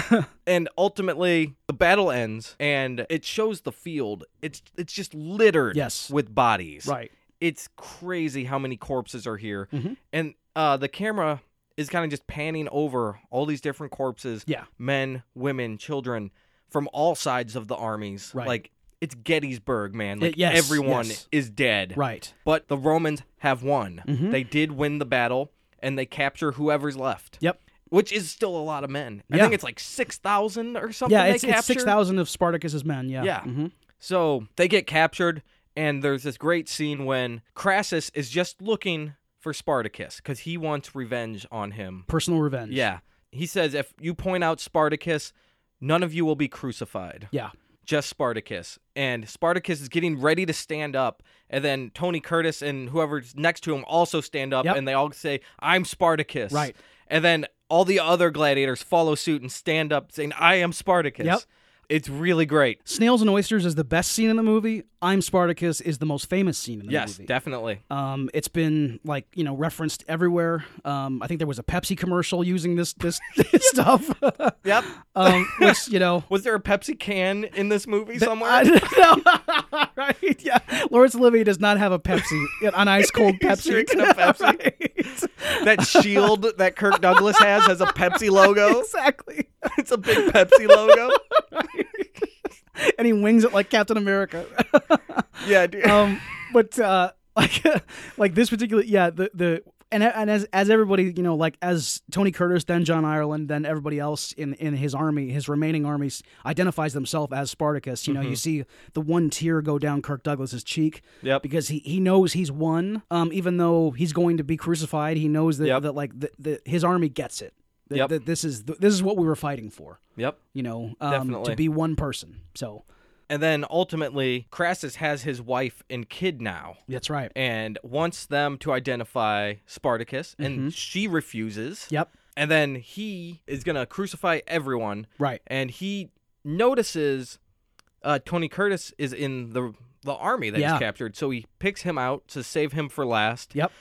A: and ultimately, the battle ends, and it shows the field. It's it's just littered
B: Yes.
A: with bodies.
B: Right. Mm-hmm.
A: It's crazy how many corpses are here, and uh, the camera is kind of just panning over all these different corpses.
B: Yeah.
A: men, women, children from all sides of the armies.
B: Right.
A: Like it's Gettysburg, man. Like
B: yes,
A: everyone
B: yes.
A: is dead.
B: Right. Mm-hmm.
A: But the Romans have won. They did win the battle, and they capture whoever's left
B: Yep.
A: which is still a lot of men. I
B: Yeah.
A: think it's like six thousand or something.
B: Yeah,
A: they
B: it's, it's
A: captured.
B: six thousand of Spartacus's men. Yeah,
A: Yeah.
B: Mhm.
A: So they get captured, and there's this great scene when Crassus is just looking for Spartacus because he wants revenge on him.
B: personal revenge.
A: Yeah. He says, if you point out Spartacus, none of you will be crucified.
B: yeah.
A: Just Spartacus. And Spartacus is getting ready to stand up. And then Tony Curtis and whoever's next to him also stand up
B: Yep.
A: and they all say, I'm Spartacus.
B: Right.
A: And then all the other gladiators follow suit and stand up saying, I am Spartacus.
B: Yep.
A: It's really great.
B: Snails and oysters is the best scene in the movie. I'm Spartacus is the most famous scene in the
A: Yes,
B: movie. [SIGHS]
A: definitely.
B: Um, it's been like you know referenced everywhere. Um, I think there was a Pepsi commercial using this this, [LAUGHS] this
A: [LAUGHS]
B: stuff.
A: Yep.
B: [LAUGHS] um, which you know, [LAUGHS]
A: Was there a Pepsi can in this movie somewhere?
B: I don't know. [LAUGHS] right? Yeah, Lawrence Olivier does not have a Pepsi, an
A: [LAUGHS]
B: ice cold Pepsi.
A: drinking a Pepsi.
B: [LAUGHS] Right. [LAUGHS]
A: that shield that Kirk Douglas has has a Pepsi logo.
B: exactly.
A: [LAUGHS] It's a big Pepsi
B: [LAUGHS]
A: logo.
B: And he wings it like Captain America.
A: Yeah, dude.
B: um, but uh, [LAUGHS] like like this particular yeah the the and and as as everybody you know like as Tony Curtis then John Ireland then everybody else in in his army his remaining armies identifies themselves as Spartacus you know
A: Mm-hmm.
B: you see the one tear go down Kirk Douglas's cheek
A: Yep.
B: because he he knows he's won um even though he's going to be crucified he knows that
A: Yep.
B: that like the, the his army gets it that,
A: Yep.
B: that this is this is what we were fighting for
A: Yep.
B: you know um, to
A: Definitely.
B: be one person so
A: And then ultimately, Crassus has his wife and kid now
B: that's right
A: and wants them to identify Spartacus,
B: Mm-hmm.
A: and she refuses.
B: yep
A: And then he is going to crucify everyone,
B: right
A: and he notices uh, Tony Curtis is in the the army that
B: Yeah.
A: he's captured, so he picks him out to save him for last.
B: yep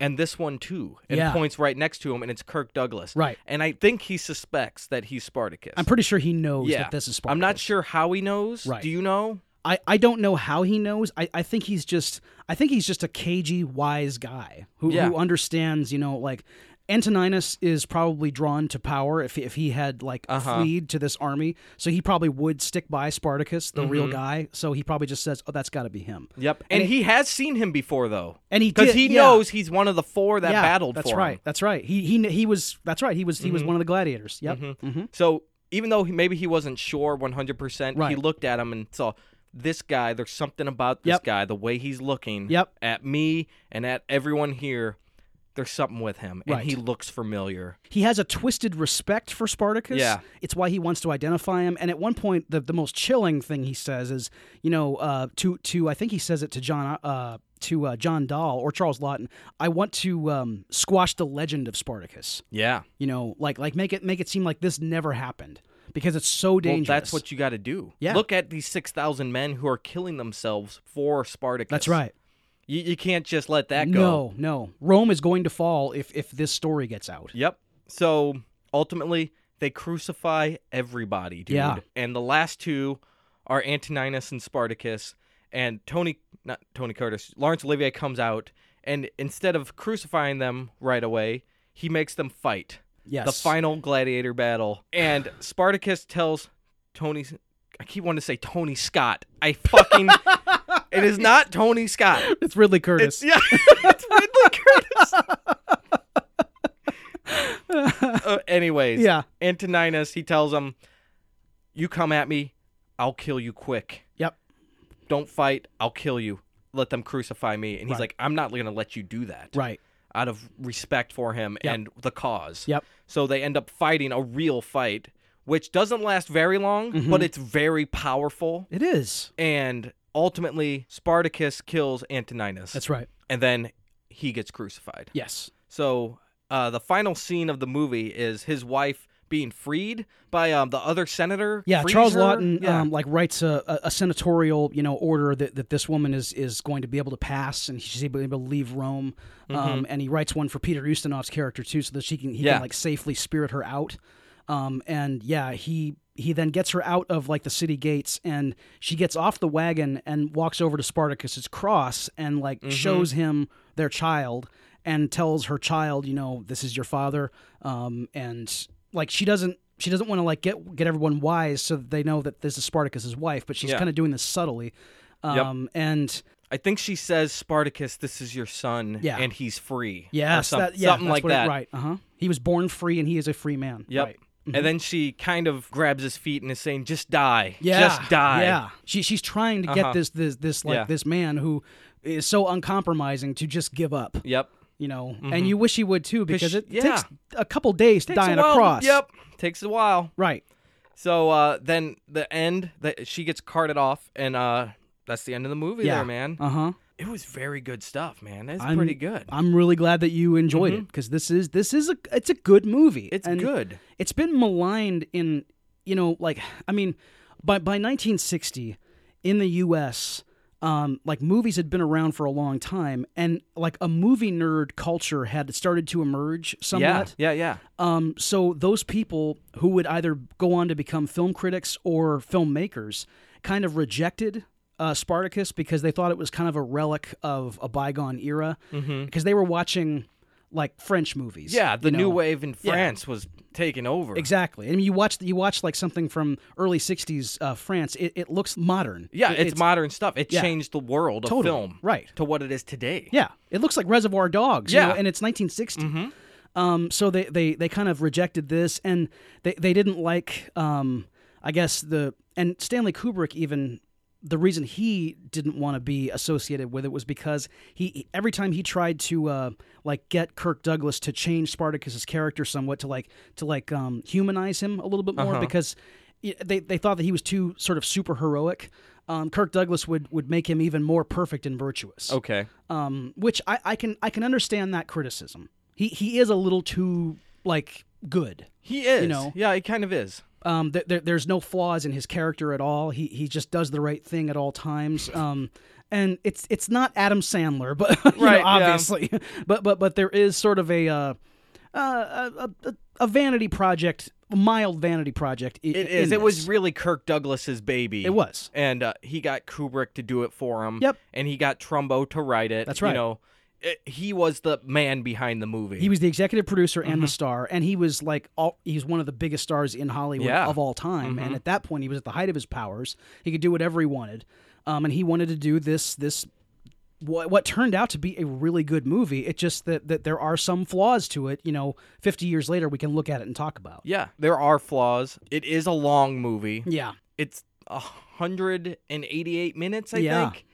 A: and this one too, and
B: Yeah.
A: points right next to him, and it's Kirk Douglas.
B: Right.
A: And I think he suspects that he's Spartacus.
B: I'm pretty sure he knows
A: yeah.
B: that this is Spartacus.
A: I'm not sure how he knows.
B: Right.
A: Do you know?
B: I, I don't know how he knows. I, I think he's just I think he's just a cagey, wise guy who,
A: Yeah.
B: who understands, you know, like Antoninus is probably drawn to power if, if he had like
A: Uh-huh.
B: fleed to this army. So he probably would stick by Spartacus, the
A: Mm-hmm.
B: real guy. So he probably just says, Oh, that's gotta be him.
A: Yep. And, he has seen him before though.
B: And he
A: Because
B: did-
A: he
B: yeah.
A: knows he's one of the four that
B: yeah,
A: battled
B: That's
A: for
B: right.
A: him. Mm-hmm.
B: That's right. He he kn- he was that's right. He was he was one of the gladiators. Yep. Mm-hmm.
A: So even though he, maybe he wasn't sure 100%, he
B: Right.
A: looked at him and saw this guy, there's something about this
B: Yep.
A: guy, the way he's looking
B: Yep.
A: at me and at everyone here. There's something with him, and
B: Right.
A: he looks familiar.
B: He has a twisted respect for Spartacus.
A: Yeah.
B: It's why he wants to identify him. And at one point, the, the most chilling thing he says is, you know, uh, to to I think he says it to John uh, to uh, John Dahl or Charles Lawton. I want to um, squash the legend of Spartacus.
A: Yeah.
B: You know, like like make it make it seem like this never happened because it's so
A: Well,
B: dangerous.
A: that's what you got to do.
B: Yeah.
A: Look at these 6,000 men who are killing themselves for Spartacus.
B: That's right.
A: You, you can't just let that go.
B: No, no. Rome is going to fall if if this story gets out.
A: Yep. So ultimately, they crucify everybody, dude.
B: Yeah.
A: And the last two are Antoninus and Spartacus. And Tony, not Tony Curtis, Lawrence Olivier comes out, and instead of crucifying them right away, he makes them fight
B: Yes.
A: the final gladiator battle. And Spartacus tells Tony. I keep wanting to say Tony Scott. I fucking. it is not Tony Scott.
B: [LAUGHS] It's Ridley Curtis. [LAUGHS]
A: Yeah, it's Ridley Curtis. [LAUGHS] Uh, anyways,
B: yeah.
A: Antoninus, he tells him, "You come at me, I'll kill you quick.
B: Yep.
A: Don't fight, I'll kill you. Let them crucify me." And he's
B: Right.
A: like, "I'm not going to let you do that."
B: Right.
A: Out of respect for him
B: Yep.
A: and the cause.
B: Yep.
A: So they end up fighting a real fight, which doesn't last very long,
B: Mm-hmm.
A: but it's very powerful.
B: It is.
A: And ultimately, Spartacus kills Antoninus
B: That's right.
A: and then he gets crucified.
B: Yes.
A: So uh, the final scene of the movie is his wife being freed by um, the other senator.
B: Yeah,
A: frees
B: Charles
A: her.
B: Lawton
A: Yeah.
B: um, like writes a, a, a senatorial, you know, order that, that this woman is is going to be able to pass, and she's able, able to leave Rome. Um, and he writes one for Peter Ustinov's character too, so that she can he
A: Mm-hmm. Yeah.
B: can like safely spirit her out. Um, and yeah, he he then gets her out of like the city gates, and she gets off the wagon and walks over to Spartacus's cross and like
A: Mm-hmm.
B: shows him their child and tells her child, you know, this is your father. Um, and like she doesn't she doesn't want to like get get everyone wise so that they know that this is Spartacus's wife, but she's
A: Yeah.
B: kind of doing this subtly. Um, and
A: I think she says, Spartacus, this is your son,
B: Yeah.
A: and he's free. or
B: yes,
A: some-
B: that, yeah,
A: something
B: that's
A: like
B: what it-
A: that.
B: right. Uh huh. He was born free, and he is a free man.
A: Yep.
B: Right. Mm-hmm.
A: And then she kind of grabs his feet and is saying, "Just die,
B: Yeah,
A: just die."
B: Yeah, she she's trying to get
A: Uh-huh.
B: this this this like
A: Yeah.
B: this man who is so uncompromising to just give up.
A: Yep.
B: You know, and you wish he would too because
A: she-
B: it
A: Mm-hmm. yeah.
B: takes a couple days to
A: Takes
B: die on
A: while.
B: a cross.
A: Yep. Takes a while.
B: Right.
A: So uh, then the end that she gets carted off, and uh, that's the end of the movie.
B: Yeah.
A: There, man.
B: Uh huh.
A: It was very good stuff, man. That's
B: I'm-
A: pretty good. Mm-hmm.
B: I'm really glad that you enjoyed it because this is this is a it's a good movie.
A: it's
B: And
A: good.
B: It's been maligned in you know like I mean by by 1960 in the U.S. Um, like movies had been around for a long time, and like a movie nerd culture had started to emerge
A: Yeah.
B: somewhat.
A: Yeah. Yeah.
B: Um, so those people who would either go on to become film critics or filmmakers kind of rejected uh, Spartacus because they thought it was kind of a relic of a bygone era because they were watching like French movies.
A: Mm-hmm. Yeah. The
B: you know?
A: new wave in France was taken over.
B: Exactly. I mean, you watch you watch like something from early '60s uh, France. It, it looks modern.
A: Yeah,
B: It-
A: it's, modern stuff. It
B: yeah.
A: changed the world of
B: Totally.
A: film
B: Right.
A: to what it is today.
B: Yeah, it looks like Reservoir Dogs. you know,
A: Yeah.
B: and it's 1960. Um, so they, they they kind of rejected this, and they they didn't like, um, I guess the and Stanley Kubrick even the reason he didn't want to be associated with it was because he every time he tried to uh, like get Kirk Douglas to change Spartacus's character somewhat to like to like um, humanize him a little bit more because y- they they thought that he was too sort of super heroic. Um, Kirk Douglas would would make him even more perfect and virtuous
A: Okay.
B: um, which I, I can I can understand that criticism. He he is a little too like good.
A: He is.
B: know.
A: Yeah, he kind of is.
B: Um, th- there, there's no flaws in his character at all. He he just does the right thing at all times. Um, and it's it's not Adam Sandler, but [LAUGHS] you know,
A: Right, yeah.
B: obviously, but but but there is sort of a uh, uh, a, a a vanity project, a mild vanity project. i-
A: It
B: in
A: is. It
B: this.
A: was really Kirk Douglas's baby.
B: It was.
A: And uh, he got Kubrick to do it for him.
B: Yep.
A: And he got Trumbo to write it.
B: That's
A: You
B: right.
A: know, It- he was the man behind the movie.
B: He was the executive producer
A: Mm-hmm.
B: and the star, and he was like all, he was one of the biggest stars in Hollywood
A: Yeah. Mm-hmm.
B: of all time. And at that point, he was at the height of his powers. He could do whatever he wanted, um, and he wanted to do this this what, what turned out to be a really good movie. It just that that there are some flaws to it. You know, fifty years later, we can look at it and talk about.
A: yeah, there are flaws. It is a long movie.
B: Yeah,
A: It's a 188 minutes, I
B: Yeah. Mm-hmm.
A: think.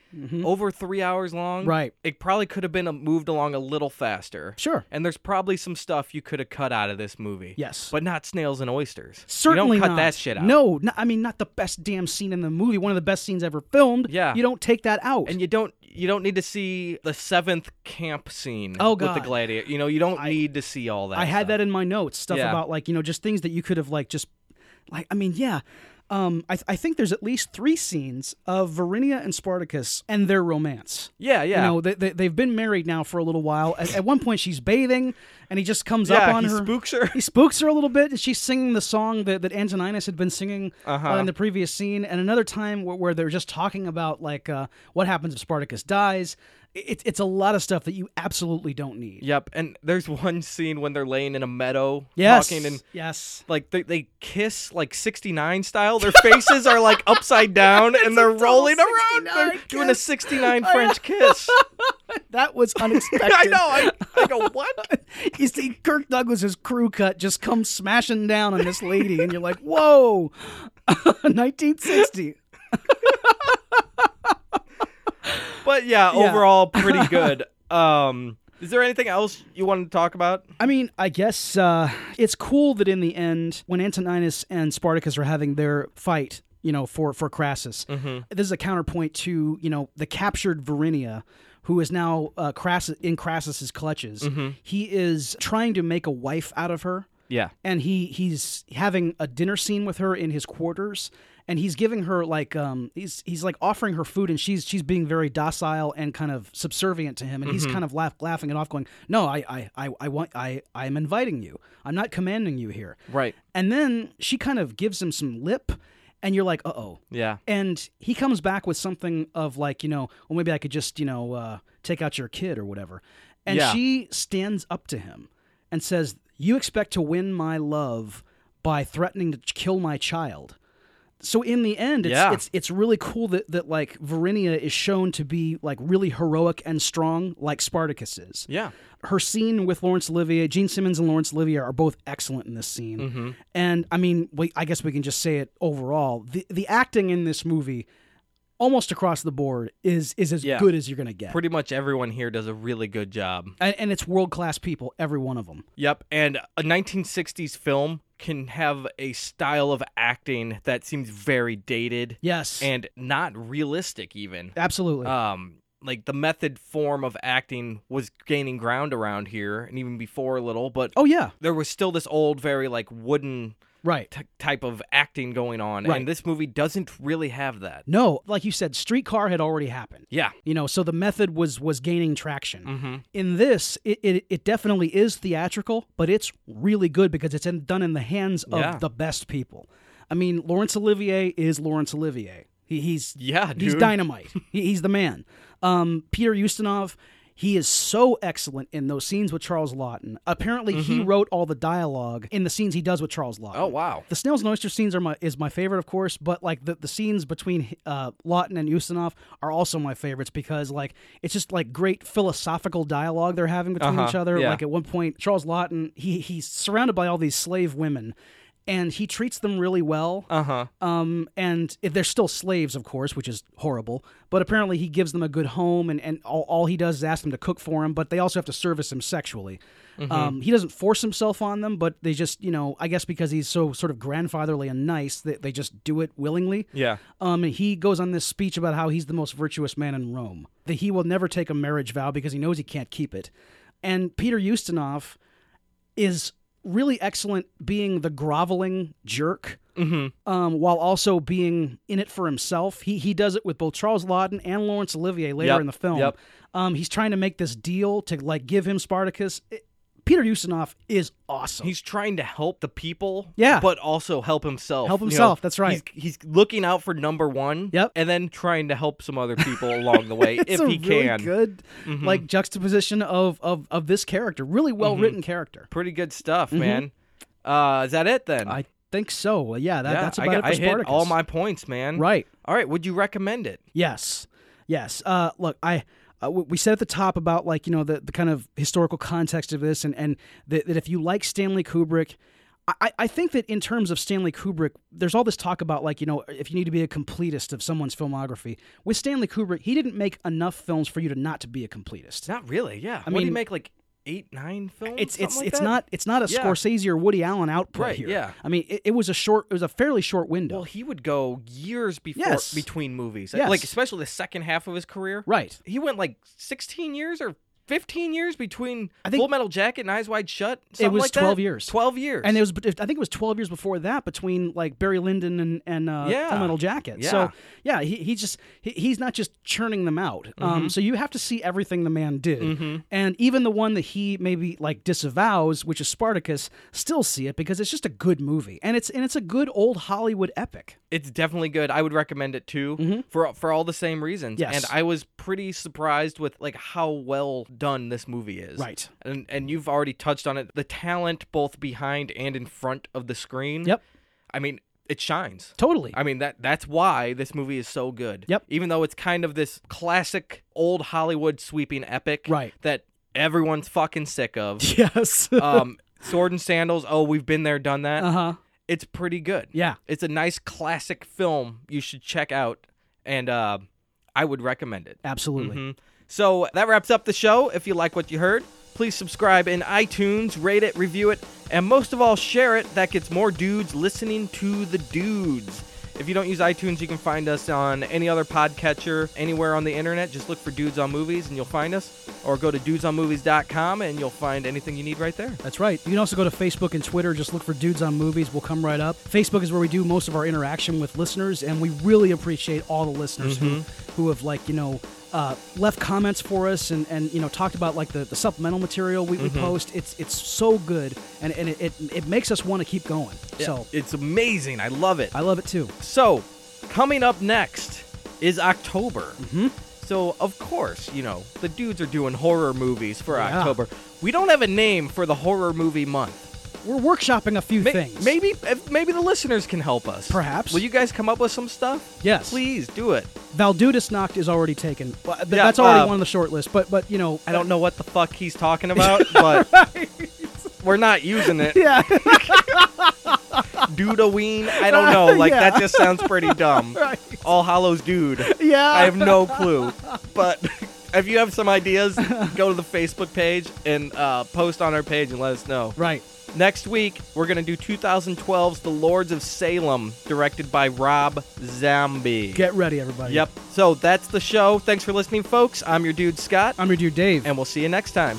A: Over three hours long.
B: Right.
A: It probably could have been uh, moved along a little faster.
B: sure.
A: And there's probably some stuff you could have cut out of this movie.
B: Yes.
A: But not snails and oysters.
B: Certainly
A: You don't cut
B: not.
A: that shit out.
B: No, no, I mean not the best damn scene in the movie. One of the best scenes ever filmed.
A: Yeah.
B: you don't take that out.
A: And you don't you don't need to see the seventh camp scene
B: Oh,
A: with
B: God.
A: the gladiator. You know, you don't need to see all that.
B: I had
A: stuff.
B: that in my notes, stuff
A: Yeah.
B: about like you know just things that you could have like just like I mean yeah, um I, I think there's at least three scenes of Verinia and Spartacus and their romance.
A: Yeah, yeah.
B: You know they, they they've been married now for a little while. At, at one point she's bathing and he just comes up
A: yeah,
B: on
A: he
B: her.
A: spooks
B: [LAUGHS]
A: her.
B: he spooks her a little bit, and she's singing the song that, that Antoninus had been singing uh
A: Uh-huh.
B: in the previous scene. And another time where, where they're just talking about like uh, what happens if Spartacus dies. It, it's a lot of stuff that you absolutely don't need.
A: Yep. And there's one scene when they're laying in a meadow
B: Yes.
A: talking and
B: yes.
A: like they, they kiss like 69 style. Their faces are like upside [LAUGHS] down and they're rolling around. They're
B: 69
A: doing a [LAUGHS] 69 French kiss.
B: That was unexpected.
A: [LAUGHS] I know. I, I go, what?
B: You see, Kirk Douglas's crew cut just comes smashing down on this lady, and you're like, "Whoa, [LAUGHS] 1960."
A: [LAUGHS] But yeah,
B: Yeah.
A: overall [LAUGHS] pretty good. Um is there anything else you wanted to talk about?
B: I mean, I guess uh, it's cool that in the end, when Antoninus and Spartacus are having their fight, you know, for for Crassus,
A: Mm-hmm.
B: this is a counterpoint to you know the captured Verinia. Who is now uh, Crassus, in Crassus's clutches?
A: Mm-hmm.
B: He is trying to make a wife out of her.
A: Yeah.
B: and he he's having a dinner scene with her in his quarters and he's giving her like um he's he's like offering her food and she's she's being very docile and kind of subservient to him and he's kind of laugh, laughing it off going no I, I i i want i i'm inviting you i'm not commanding you here
A: Right.
B: and then she kind of gives him some lip and you're like uh-oh
A: Yeah.
B: and he comes back with something of like, you know, well, maybe I could just, you know, uh, take out your kid or whatever. And
A: Yeah.
B: she stands up to him and says, You expect to win my love by threatening to ch- kill my child. so in the end, it's
A: Yeah.
B: it's it's really cool that that like Verinia is shown to be like really heroic and strong, like Spartacus is.
A: Yeah.
B: Her scene with Laurence Olivier, Gene Simmons and Laurence Olivier are both excellent in this scene.
A: Mm-hmm.
B: And I mean, we, I guess we can just say it overall. The the acting in this movie, almost across the board, is is as
A: Yeah.
B: good as you're gonna get.
A: Pretty much everyone here does a really good job.
B: and, and it's world class people, every one of them.
A: Yep, and a 1960s film can have a style of acting that seems very dated
B: Yes,
A: and not realistic even.
B: absolutely.
A: Um like the method form of acting was gaining ground around here and even before a little, but
B: oh yeah,
A: there was still this old very like wooden
B: right.
A: t- type of acting going on
B: Right.
A: and this movie doesn't really have that.
B: No, like you said, Streetcar had already happened.
A: Yeah.
B: You know, so the method was was gaining traction.
A: Mm-hmm.
B: In this, it, it it definitely is theatrical, but it's really good because it's in, done in the hands of
A: Yeah.
B: the best people. I mean, Laurence Olivier is Laurence Olivier. He, he's
A: Yeah, dude.
B: he's dynamite. he, he's the man. Um, Peter Ustinov, he is so excellent in those scenes with Charles Lawton. Apparently, he wrote all the dialogue in the scenes he does with Charles Lawton.
A: Mm-hmm. Oh wow.
B: The snails and oyster scenes are my is my favorite, of course, but like the, the scenes between uh, Lawton and Ustinov are also my favorites because like it's just like great philosophical dialogue they're having between
A: Uh-huh,
B: each other.
A: yeah.
B: Like at one point, Charles Lawton he he's surrounded by all these slave women, and he treats them really well.
A: Uh-huh.
B: Um, and if they're still slaves, of course, which is horrible. But apparently, he gives them a good home, and, and all, all he does is ask them to cook for him. But they also have to service him sexually. Um, he doesn't force himself on them, but they just, you know, I guess because he's so sort of grandfatherly and nice, that they just do it willingly.
A: Yeah.
B: Um, and he goes on this speech about how he's the most virtuous man in Rome, that he will never take a marriage vow because he knows he can't keep it. And Peter Ustinov is really excellent being the groveling jerk
A: Mhm.
B: um, while also being in it for himself. He he does it with both Charles Lawton and Laurence Olivier later
A: Yep,
B: in the film.
A: yep.
B: Um, he's trying to make this deal to like give him Spartacus. It- Peter Ustinov is awesome. [LAUGHS]
A: He's trying to help the people,
B: Yeah.
A: but also help himself.
B: Help
A: you know.
B: himself, that's right.
A: He's, he's looking out for number one,
B: Yep.
A: and then trying to help some other people along the way
B: [LAUGHS]
A: if
B: it's a
A: he
B: really
A: can. Mm-hmm.
B: good like juxtaposition of of of this character. Really well written character.
A: Pretty good stuff, man. Uh, is that it then?
B: Mm-hmm. I think so. Yeah, that,
A: yeah,
B: that's
A: I
B: about
A: got-
B: it for
A: I hit
B: Spartacus.
A: all my points, man.
B: right.
A: All right. Would you recommend it?
B: Yes, yes. Uh, look, I uh, w- we said at the top about like you know the, the kind of historical context of this, and and that, that if you like Stanley Kubrick. I- I, I think that in terms of Stanley Kubrick, there's all this talk about like you know if you need to be a completist of someone's filmography. With Stanley Kubrick, he didn't make enough films for you to not to be a completist.
A: Not really. Yeah. I what do you
B: mean-
A: make like eight, nine films?
B: It's it's
A: Something like
B: it's
A: that?
B: not it's not a
A: Yeah.
B: Scorsese or Woody Allen output
A: Right,
B: here.
A: yeah.
B: I mean it, it was a short, it was a fairly short window.
A: Well, he would go years before
B: Yes.
A: between movies. Uh,
B: Yes.
A: Like especially the second half of his career.
B: right.
A: he went like 16 years or 15 years between
B: I think-
A: Full Metal Jacket and Eyes Wide Shut. something
B: was
A: like that.
B: 12 years.
A: 12 years.
B: And it was, I think it was 12 years before that between like Barry Lyndon and, and uh,
A: Yeah.
B: Full Metal Jacket.
A: Yeah.
B: So, yeah, he, he just, he, he's not just churning them out. Um, so you have to see everything the man did. And even the one that he maybe like disavows, which is Spartacus, still see it because it's just a good movie. And it's, and it's a good old Hollywood epic.
A: it's definitely good. I would recommend it too for for all the same reasons.
B: Mm-hmm. Yes.
A: And I was pretty surprised with like how well done this movie is.
B: Right.
A: And and you've already touched on it. The talent both behind and in front of the screen.
B: Yep.
A: I mean, it shines.
B: Totally.
A: I mean that that's why this movie is so good.
B: Yep.
A: Even though it's kind of this classic old Hollywood sweeping epic
B: Right.
A: that everyone's fucking sick of.
B: [LAUGHS] [LAUGHS] yes.
A: um sword and sandals oh we've been there done that
B: uh huh.
A: it's pretty good
B: Yeah.
A: it's a nice classic film you should check out and uh, i would recommend it
B: Absolutely.
A: Mhm. so that wraps up the show if you like what you heard please subscribe in itunes rate it review it and most of all share it that gets more dudes listening to the dudes if you don't use iTunes, you can find us on any other podcatcher anywhere on the internet. Just look for Dudes on Movies and you'll find us. Or go to dudesonmovies.com and you'll find anything you need right there.
B: That's right. You can also go to Facebook and Twitter. Just look for Dudes on Movies. We'll come right up. Facebook is where we do most of our interaction with listeners, and we really appreciate all the listeners
A: Mm-hmm.
B: who, who have, like, you know, uh, left comments for us and, and you know talked about like the, the supplemental material we, we
A: Mm-hmm.
B: post. It's it's so good, and, and it, it it makes us want to keep going. So
A: it's amazing. I love it.
B: I love it too.
A: So, coming up next is October. Mm-hmm. So, of course, you know, the dudes are doing horror movies for
B: Yeah.
A: October. We don't have a name for the horror movie month.
B: We're workshopping a few
A: May-
B: things.
A: Maybe if- maybe the listeners can help us.
B: Perhaps.
A: Will you guys come up with some stuff?
B: Yes.
A: Please do it.
B: Valdudis Noct is already taken. But th-
A: Yeah,
B: that's already
A: uh,
B: one on the short list. But but you know,
A: I don't know what the fuck he's talking about, but we're not using
B: [LAUGHS]
A: it.
B: [LAUGHS] Yeah,
A: Dudaween? I don't know.
B: [LAUGHS]
A: Like
B: Yeah.
A: that just sounds pretty dumb.
B: [LAUGHS] Right.
A: All Hallows Dude.
B: yeah.
A: I have no clue. But [LAUGHS] if you have some ideas, go to the Facebook page and uh, post on our page and let us know.
B: right.
A: Next week, we're going to do 2012's The Lords of Salem, directed by Rob Zombie.
B: Get ready, everybody.
A: Yep. So that's the show. Thanks for listening, folks. I'm your dude, Scott,
B: I'm your dude, Dave.
A: and we'll see you next time.